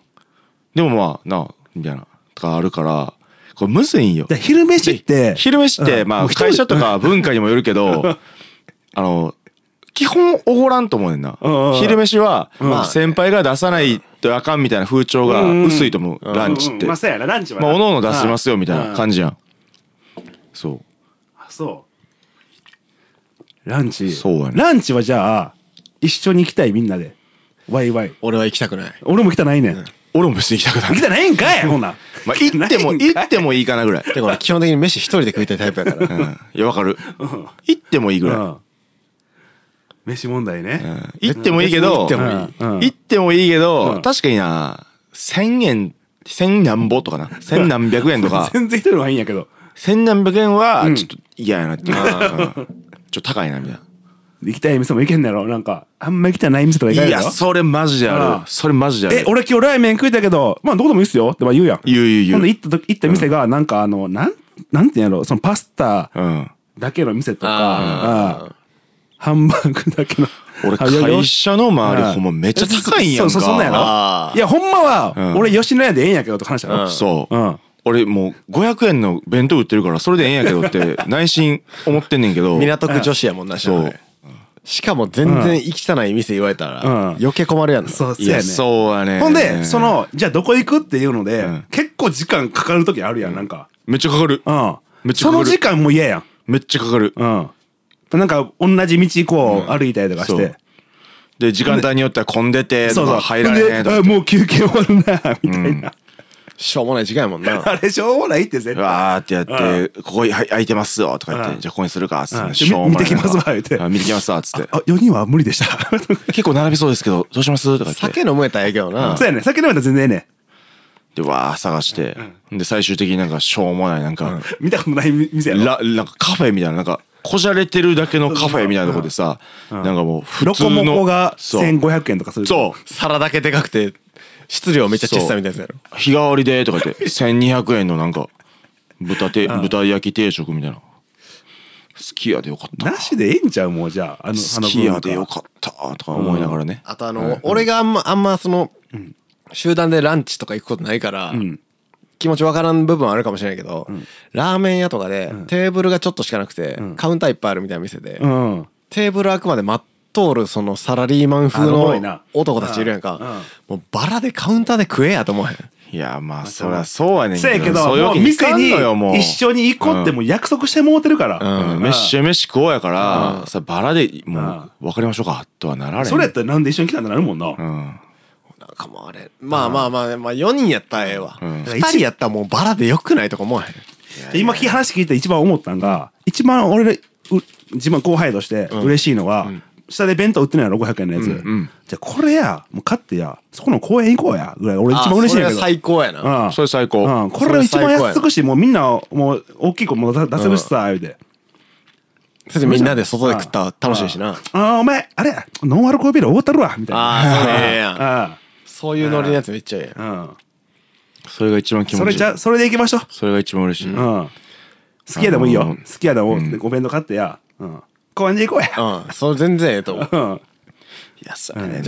でもまあなあみたいなとかあるからこれむずいんよで昼飯っでて昼飯って、うんまもあう一人で会社とか文化にもよるけどあの基本おごらんと思うねんな、うんうん昼飯は、んまあ先輩が出さないとあかんみたいな風潮が薄いと思う、ランチって、うんまあそうやなランチはまなあおのおの出しますよみたいな感じやんそあそうランチそうやねランチはじゃあ一緒に行きたいみんなでワイワイ俺は行きたくない俺も来たないねんう俺も別に行きた <laughs> くな来いたないんかい <laughs> ほんならまあ行っても行ってもいいかなぐらい、 <laughs> てか俺基本的に飯一人で食いたいタイプやからうん、いやわかる行ってもいいぐらい、うん飯問題ね行ってもいいけど、別に行ってもいいうん行ってもいいけど、うん確かにな1,000円1,000何ぼとかな1,000何百円とか <laughs> 全然一人の方がいいんやけど1,000何百円はちょっと嫌やなっていう、うんちょっと高いなみたい行きたい店も行けんだろなんかあんま行きたいない店とか行かなないいややろそれマジであうんるそれマジであるえ俺今日ラーメン食いたけどまあどこでもいいっすよってまあ言うやん言う言う言うほんで行った時行った店がなんかあのなんなんていうんやろそのパスタうんだけの店とかうんハンバーグだけの <laughs> 俺あいやよ会社の周うりほんまめっちゃ高いんやんかそうそうそんなんやあろーいやほんまはん俺吉野家でええんやけどって話やろそう、うん俺もう500円の弁当売ってるからそれでええんやけど <laughs> って内心思ってんねんけど港区女子やもんなしそうしかも全然行きたない店言われたらうん余計困るやんなそういそうややねそうやねほんでそのじゃあどこ行くっていうのでん結構時間かかる時あるやんなんかめっちゃかかるうめんっちゃかそかのる時間も嫌やんめっちゃかかるうんなんか同じ道こう歩いたりとかしそうてで時間帯によっては混んでてそうとそうか入られへんとほんであかもう休憩終わるなみたいなしょうもない時間やもんな <laughs> あれしょうもないって絶う対わーってやって「ここはい空いてますよ」とか言っうて「んじゃあここにするか」っつっうんてしょうもないな見てきますわ言うてあ見てきますわ」っ <laughs> つってあ4人は無理でした「結構並びそうですけどどうします?」とか言っ酒て飲めたらええけどな <laughs> そうやね酒飲めたら全然ええねでわー探してで最終的になんかしょうもないなんか見たことない店やろラなんかカフェみたいななんかこじゃれてるだけのカフェみたいなとこでさなんかもう普ロ通のコモコがそう1500円とかするそう皿だけでかくて質量めっちゃ小さいみたいなやつや日替わりでとか言って1200円のなんか豚て豚焼き定食みたいな好きやでよかったなしでええんちゃうもうじゃああの好きやでよよかったとか思いながらね、あとあの俺があんまあんまその集団でランチとか行くことないから気持ちわからん部分はあるかもしれないけどラーメン屋とかでテーブルがちょっとしかなくてカウンターいっぱいあるみたいな店でうんテーブルあくまでまっとるそのサラリーマン風あのおもろいのな男たちいるやんうんうんかもうバラでカウンターで食えやと思わへんいやまあそりゃそうやねんせやけそどういうもわうけにい店かんのによもう一緒に行こうってもう約束してもうてるからうん、うん飯飯食おうやから、さバラでもう別れましょうかとはなられんそれやったらなんで一緒に来たんだなるもんなうんなんかもうあれまあまあまあまあ4人やったらええわん2人やったらもうバラでよくないとか思わへん今聞き話聞いて一番思ったんが一番俺らう自分後輩として嬉しいのは下で弁当売ってないやろ500円のやつじゃあこれやもう買ってやそこの公園行こうやぐらい俺一番嬉しいんやあけそれがど最高やなうんそれ最高、うん、これ一番安くしてもうみんなもう大きい子も出出せるしさ言うてそれでみんなで外で食ったら楽しいしな「ああお前あれノンアルコールビールおごったるわ」みたいなああそうええやんあそういうノリのやつめっちゃええやん <laughs> あそれが一番気持ちいいそれじゃそれで行きましょうそれが一番嬉しい、うん好きやでもいいあのよー好きやでもでお弁当買ってやうん公園で行こうやうん、それ全然ええと思う。うんじゃ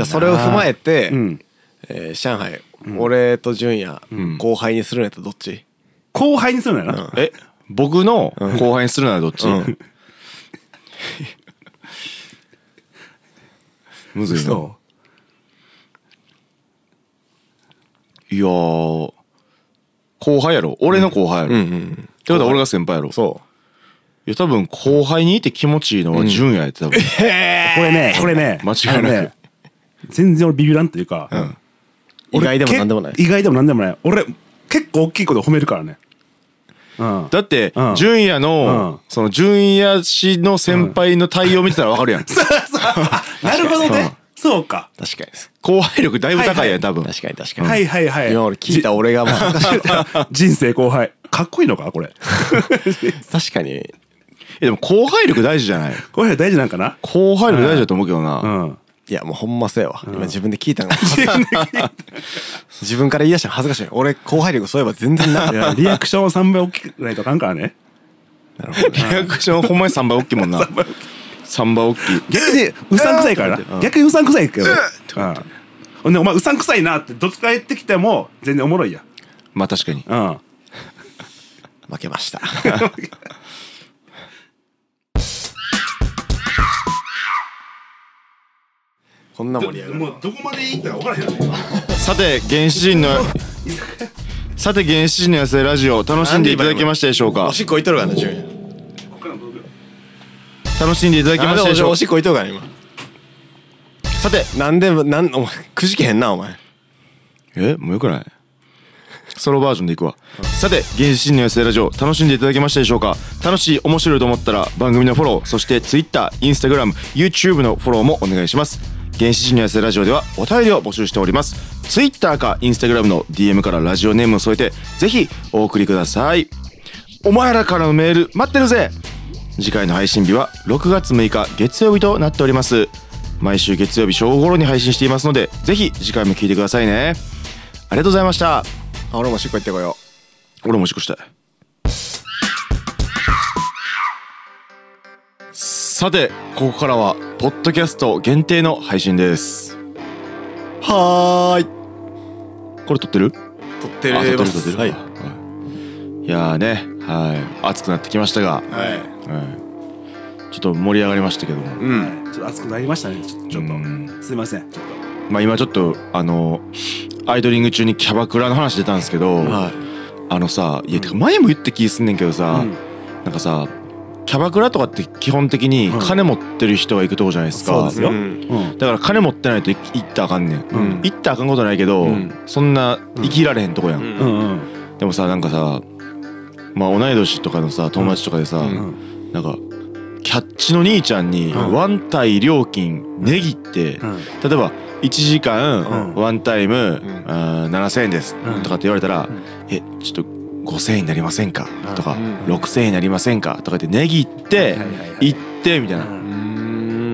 あそれを踏まえて、んえー上海、俺と純也、後輩にするのやったらどっち後輩にするのやなえ僕の後輩にするならどっち、 <laughs> むずいなそいやー後輩やろ俺の後輩やろ、ってことは俺が先輩やろそいや多分後輩にいて気持ちいいのは純也やって多分、うこれねこれね間違いなくあのね全然俺ビビらんというか、う意俺外でもなんでもないけ意外でもなんでもない俺結構大きいこと褒めるからねうんだってうん純也の、うんその純也氏の先輩の対応見てたら分かる <laughs> やんなるほどねそうか <laughs> う確かにです後輩力だいぶ高いやん多分、確かに確かに、はいはいはい今俺聞いた俺がまあ人生後輩かっこいいのかこれ確かにえでも後輩力大事じゃない後輩大事なんかな後輩力大事だと思うけど <laughs> な、うんいやもうほんまそうやわ、今自分で聞いたの自分から言い出したの恥ずかしい俺後輩力そういえば全然 <laughs> ないいやリアクションを3倍大きくないとあかんからねリアクションほんまに3倍大きいも <laughs> んな3倍大きい逆にうさんくさいからな逆にうさんくさいけどうんほんでお前うさんくさいなってどつか言ってきても全然おもろいやんまあ確かにうん負けま <laughs> したこんな盛り上がるもうどこまでいいか分からへんねさて原始 <laughs> 人のさて原始人の野生ラジオ楽しんでいただけましたでしょうかおしっこ置いとるからな順位楽しんでいただけましたでしょうおしっこ置いとるから今かさてなんでなんお前くじけへんなお前えもうよくないソロバージョンでいくわ、さて原始人の野生ラジオ楽しんでいただけましたでしょうか楽しい面白いと思ったら番組のフォローそして TwitterInstagramYouTube のフォローもお願いします原始人の野生ラジオではお便りを募集しております Twitter か Instagram の DM からラジオネームを添えてぜひお送りくださいお前らからのメール待ってるぜ次回の配信日は6月6日月曜日となっております毎週月曜日正午頃に配信していますのでぜひ次回も聞いてくださいねありがとうございましたあ俺もおしっこ行ってこよう俺もおしっこしたいさてここからはポッドキャスト限定の配信ですはーいこれ撮ってる撮ってあ撮ってるる撮ってるはいはいいやーねはい暑くなってきましたが、はいはい、ちょっと盛り上がりましたけどもうんちょっと熱くなりましたねちょっとちょっうんとすいませんちょっとまあ今ちょっとあのアイドリング中にキャバクラの話出たんですけど、はいあのさいやてか前も言った気すんねんけどさ、うんなんかさキャバクラとかって基本的にうん金持ってる人が行くとこじゃないですか、そうですようんうんだから金持ってないとい行ったらあかんねん、うん行ったらあかんことないけど、うんそんな生きられへんとこやん、うんうんうんでもさなんかさまあ同い年とかのさ友達とかでさ、うんなんかキャッチの兄ちゃんにうんワンタイ料金値切って、うん例えば1時間うんワンタイム、んあー7,000円ですうんとかって言われたらうん「えちょっと5,000円になりませんか?」とか「うん6,000円になりませんか?」とかって値切ってはいはいはい行ってみたいなううん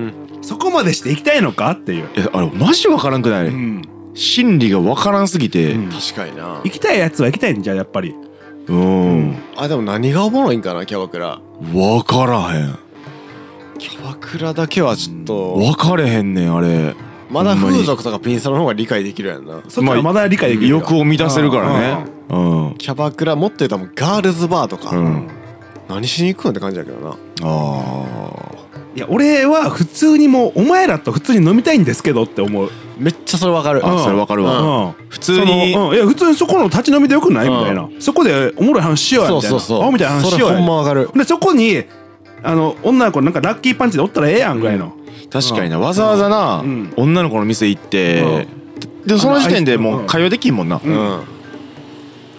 んそこまでしていきたいのかっていういやあれマジ分からんくないん心理が分からんすぎてうん確かにな行きたいやつは行きたいんじゃやっぱりうんあでも何がおもろいんかなキャバクラ分からへんキャバクラだけはちょっと分かれへんねんあれまだ風俗とかピンサロの方が理解できるやんなそっちはまだ理解できるよ欲を満たせるからねうんキャバクラ持ってたもんガールズバーとか、うん何しに行くんって感じやけどなあいや俺は普通にもうお前らと普通に飲みたいんですけどって思うめっちゃそれわかるあそれ分かるわうん普通にそのうんいや普通にそこの立ち飲みでよくないうんみたいなそこでおもろい話しようやそみうたそいなうそうあみたいな話しようそれやほんまわかるでそこにあの女の子なんかラッキーパンチでおったらええやんぐらいの確かになわざわざなうん女の子の店行ってでその時点でもう会話できんもんなうん、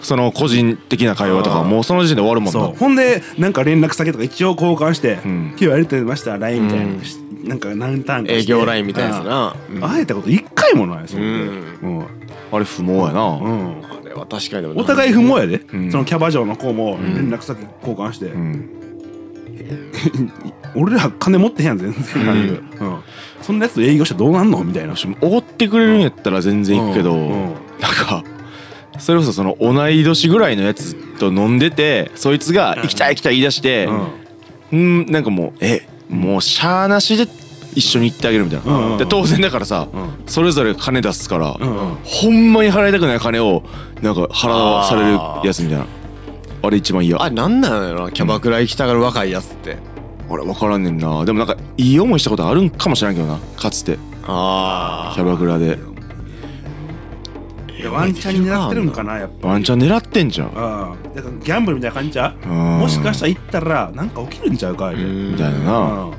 その個人的な会話とかうんもうその時点で終わるもんなそうほんでなんか連絡先とか一応交換して「うん今日やりてました LINE」みたいな、うんしなんか何ターンかして営業ラインみたいなやつあな、あ会えたこと一回もないそんでうんあれ不毛やなうんうんあれは確かにでもお互い不毛やで、うんそのキャバ嬢の子も連絡先交換して、うん俺ら金持ってへんやん全然、うんそんなやつと営業してどうなんのみたいなおごってくれるんやったら全然行くけどうんなんかそれこそその同い年ぐらいのやつと飲んでてそいつが「行きたい行きたい」言い出してううんんなんかもう「えもうしゃーなしで一緒に行ってあげる」みたいうんうなんで当然だからさんそれぞれ金出すからうんうんほんまに払いたくない金をなんか払わされるやつみたいなあれ一番嫌あれなんなんやろなキャバクラ行きたがる若いやつって俺分からんねんなでもなんかいい思いしたことあるんかもしれんけどなかつてあキャバクラででワンチャンになってるんかなやっぱワンチャン狙ってんじゃんああだからギャンブルみたいな感じじゃんもしかしたら行ったらなんか起きるんちゃうかみたいなみたいななー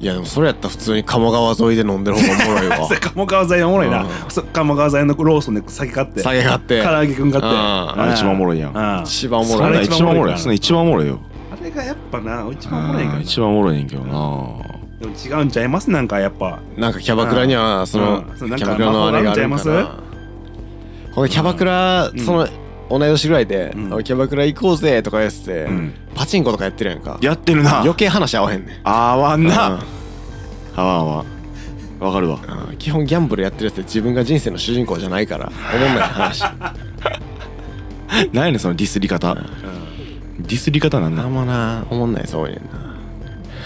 いやでもそれやったら普通に鴨川沿いで飲んでる方がおもろい <laughs> わ鴨川材おもろいなそ鴨川材のローソンで酒買って酒買って唐揚げくん買ってうんあれ一番おもろいやんああ一番おもそろれがいな一番おもろいなそれが一番おもろいよあれがやっぱな一番おもろいんうかんな一番おもろいねんけどなでも違うんちゃいますなんかやっぱなんかキャバクラにはそのうんキそうなんかャバクラのあれがあるんか魔法があなほんでキャバクラその同い年ぐらいでうんおいキャバクラ行こうぜとかやっててんパチンコとかやってるやんかやってるな余計話合わへんねんあわんうんなあわんわわかる <laughs> わうん基本ギャンブルやってるやつって自分が人生の主人公じゃないからおもんない話何やねんそのディスり方ディスり方なんなだんもなおもんないそうねんな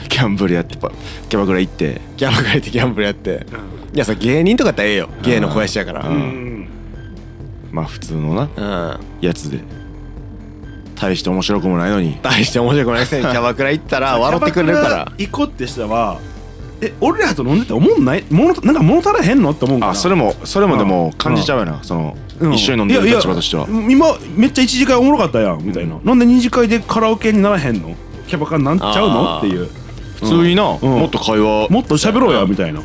ギャンブルやってばキャバクラ行ってギャンブルやってギャンブルやっていやそれ芸人とかやったらええよ芸の肥やしやからううんんうんまあ普通のなうんやつで大して面白くもないのに大して面白くないくせにキャバクラ行ったら笑ってくれるかキャバらクラ行こうって人はえ俺らと飲んでて思んないものなんか物足らへんのって思うからあそれもそれもでも感じちゃうよなその一緒に飲んでる立場としてはいやいや今めっちゃ一次会おもろかったやんみたいな、なんで二次会でカラオケにならへんのキャバクラなんちゃうのあーっていう普通になうんもっと会話もっと喋ろうやみたいな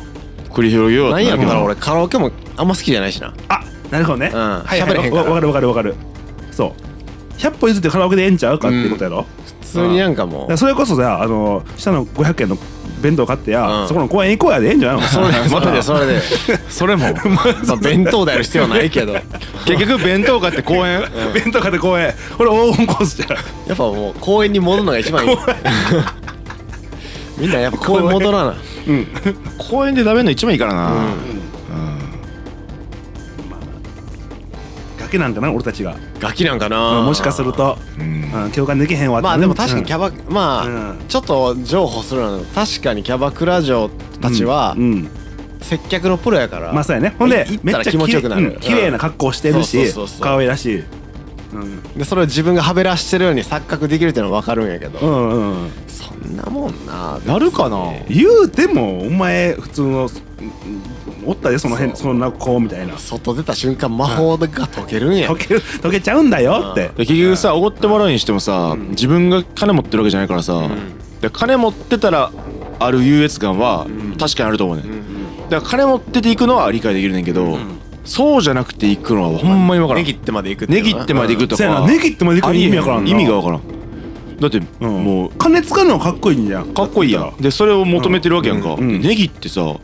繰り広げようなんやろなな俺カラオケもあんま好きじゃないしなあなるほどね、うんはいはい喋れへんかわらわかるわかるわかるそう100歩譲ってカラオケでええんちゃうかっていうことやろ、普通になんかもだからうそれこそさあの下の500円の弁当買ってや、うんそこの公園行こうやでええんじゃないのそ <laughs> れでまそたれでそれでそれもまあ弁当である必要はないけどや結局弁当買って公園 <laughs> 弁当買って公園これ黄金コースじゃんっぱもう公園に戻るのが一番いい <laughs> みんなやっぱ公園戻らな公園で食べるの一番いいからな崖なんかな俺たちが、ガキなんかまなあもしかすると、うんうん共感できへんわってまあでも確かにキャバうまんあちょっと譲歩するのは確かにキャバクラ嬢たちはうんうん接客のプロやからまあそうやねほんでい行っめったらちゃ気持ちよくなるうん綺麗な格好してるうんしそうそうそうそう可愛らしいうんでそれを自分がはべらしてるように錯覚できるっていうのは分かるんやけどうんうんうんそんなもんななるかな別に言うてもお前普通のうんおったでその辺そうそんな子みたいな外出た瞬間魔法が解けるんや溶ける溶けちゃうんだよってで結局さおごってもらうにしてもさ自分が金持ってるわけじゃないからさで金持ってたらある優越感は確かにあると思うねだから金持ってていくのは理解できるねんけどそうじゃなくていくのはほんまに分からネんギってまで行くってネいうのギはってまでいくとそやかなネギってまでこあれり意えへん味わからんな意味がわからんだってうんもう金使うのはかっこいいんじゃんかっこいいやんでそれを求めてるわけやんか、うんうんでネギってさ、ん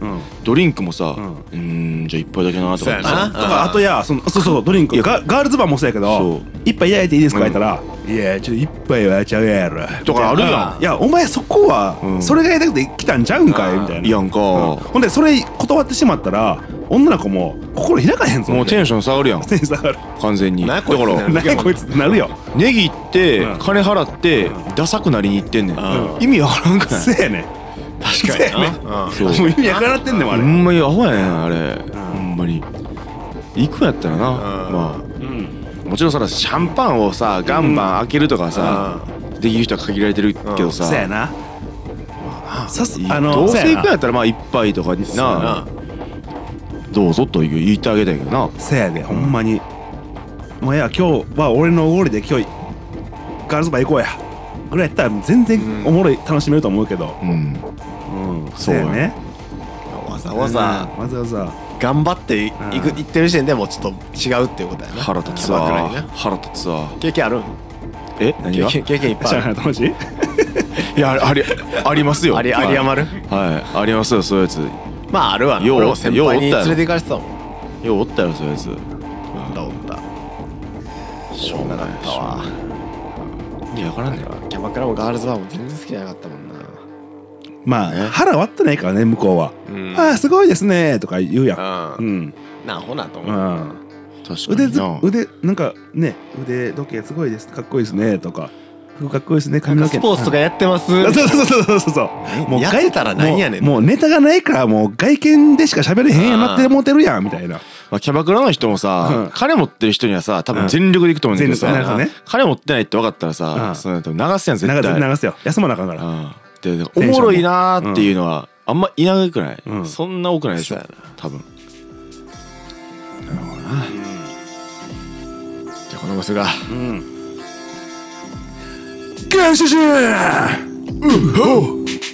ドリンクもさ、ううんん、んじゃあ一杯だけなとかってそうやださなからあとやそのそうそうドリンクいやガガールズバーもそうやけそどう一杯いただいていいですか言ったら「いやちょっと一杯はちゃうやろ」とかあるやいやお前そこはんそれがやりたくて来たんちゃうんかいみたいんなやんか、ほんでそれ断ってしまったら女の子も心開かへんぞもうテンシション下がるやんョン下 <laughs> がる完全にだなんやかこいつらな何こいつってなるよネギってうん金払ってダサくなりにいってんねん、う意味わからんくないせやねん確かになうんそうもう意味わからんってんねんもんあほれんまにアホやねんあれ、ほんまに行くんやったらな、まあもちろんそのシャンパンをさガンバン開けるとかさ、できる人は限られてるけどさ、せやなさすああののどうせせ行やくんやなったらまあ一杯とかになどうぞという言ってあげたいけどなせやでほんまにもういや今日は俺のおごりで今日ガールズバー行こうやぐらいやったら全然おもろい楽しめると思うけどうんうんそそううややねわざわざうんわざわざ頑張っていくうん行ってる時点でもうちょっと違うっていうことやな腹立つキャわバクラにな腹立つわ経験あるんえ何経が験経験いっぱ知いらあ <laughs> なるい楽しいいやあり <laughs> ありますよありはいあり余るはいありますよそういうやつまああるわなよう俺も先輩にようおったよ連れて行かれてたもんようおったよそういうやつおったおったしょうがなかったわいやわからんねんキャバクラもガールズバーも全然好きじゃなかったもんなまあ腹割ってないからね向こうはうんああすごいですねとか言うやんううんんなあほなと思ううん確か腕にずな腕なんかね腕時計すごいですかっこいいですねとか服かっこいいですね髪の毛スポーツとかやってますうんそうそうそうそうそうそうもうやってたらなんやねんもうもうネタがないからもう外見でしか喋れへんやなって思ってるやんみたいなまあキャバクラの人もうんさ金持ってる人にはさ多うん分全力でいくと思うんだけど全力なるさほど金持ってないって分かったらうんさその流すやん絶流す対流すよ休まなあかんからうんでおもろいなーっていうのはあんまいなくない、うんそんな多くないでしょそうや多分じゃあこのまするかガンシュシュー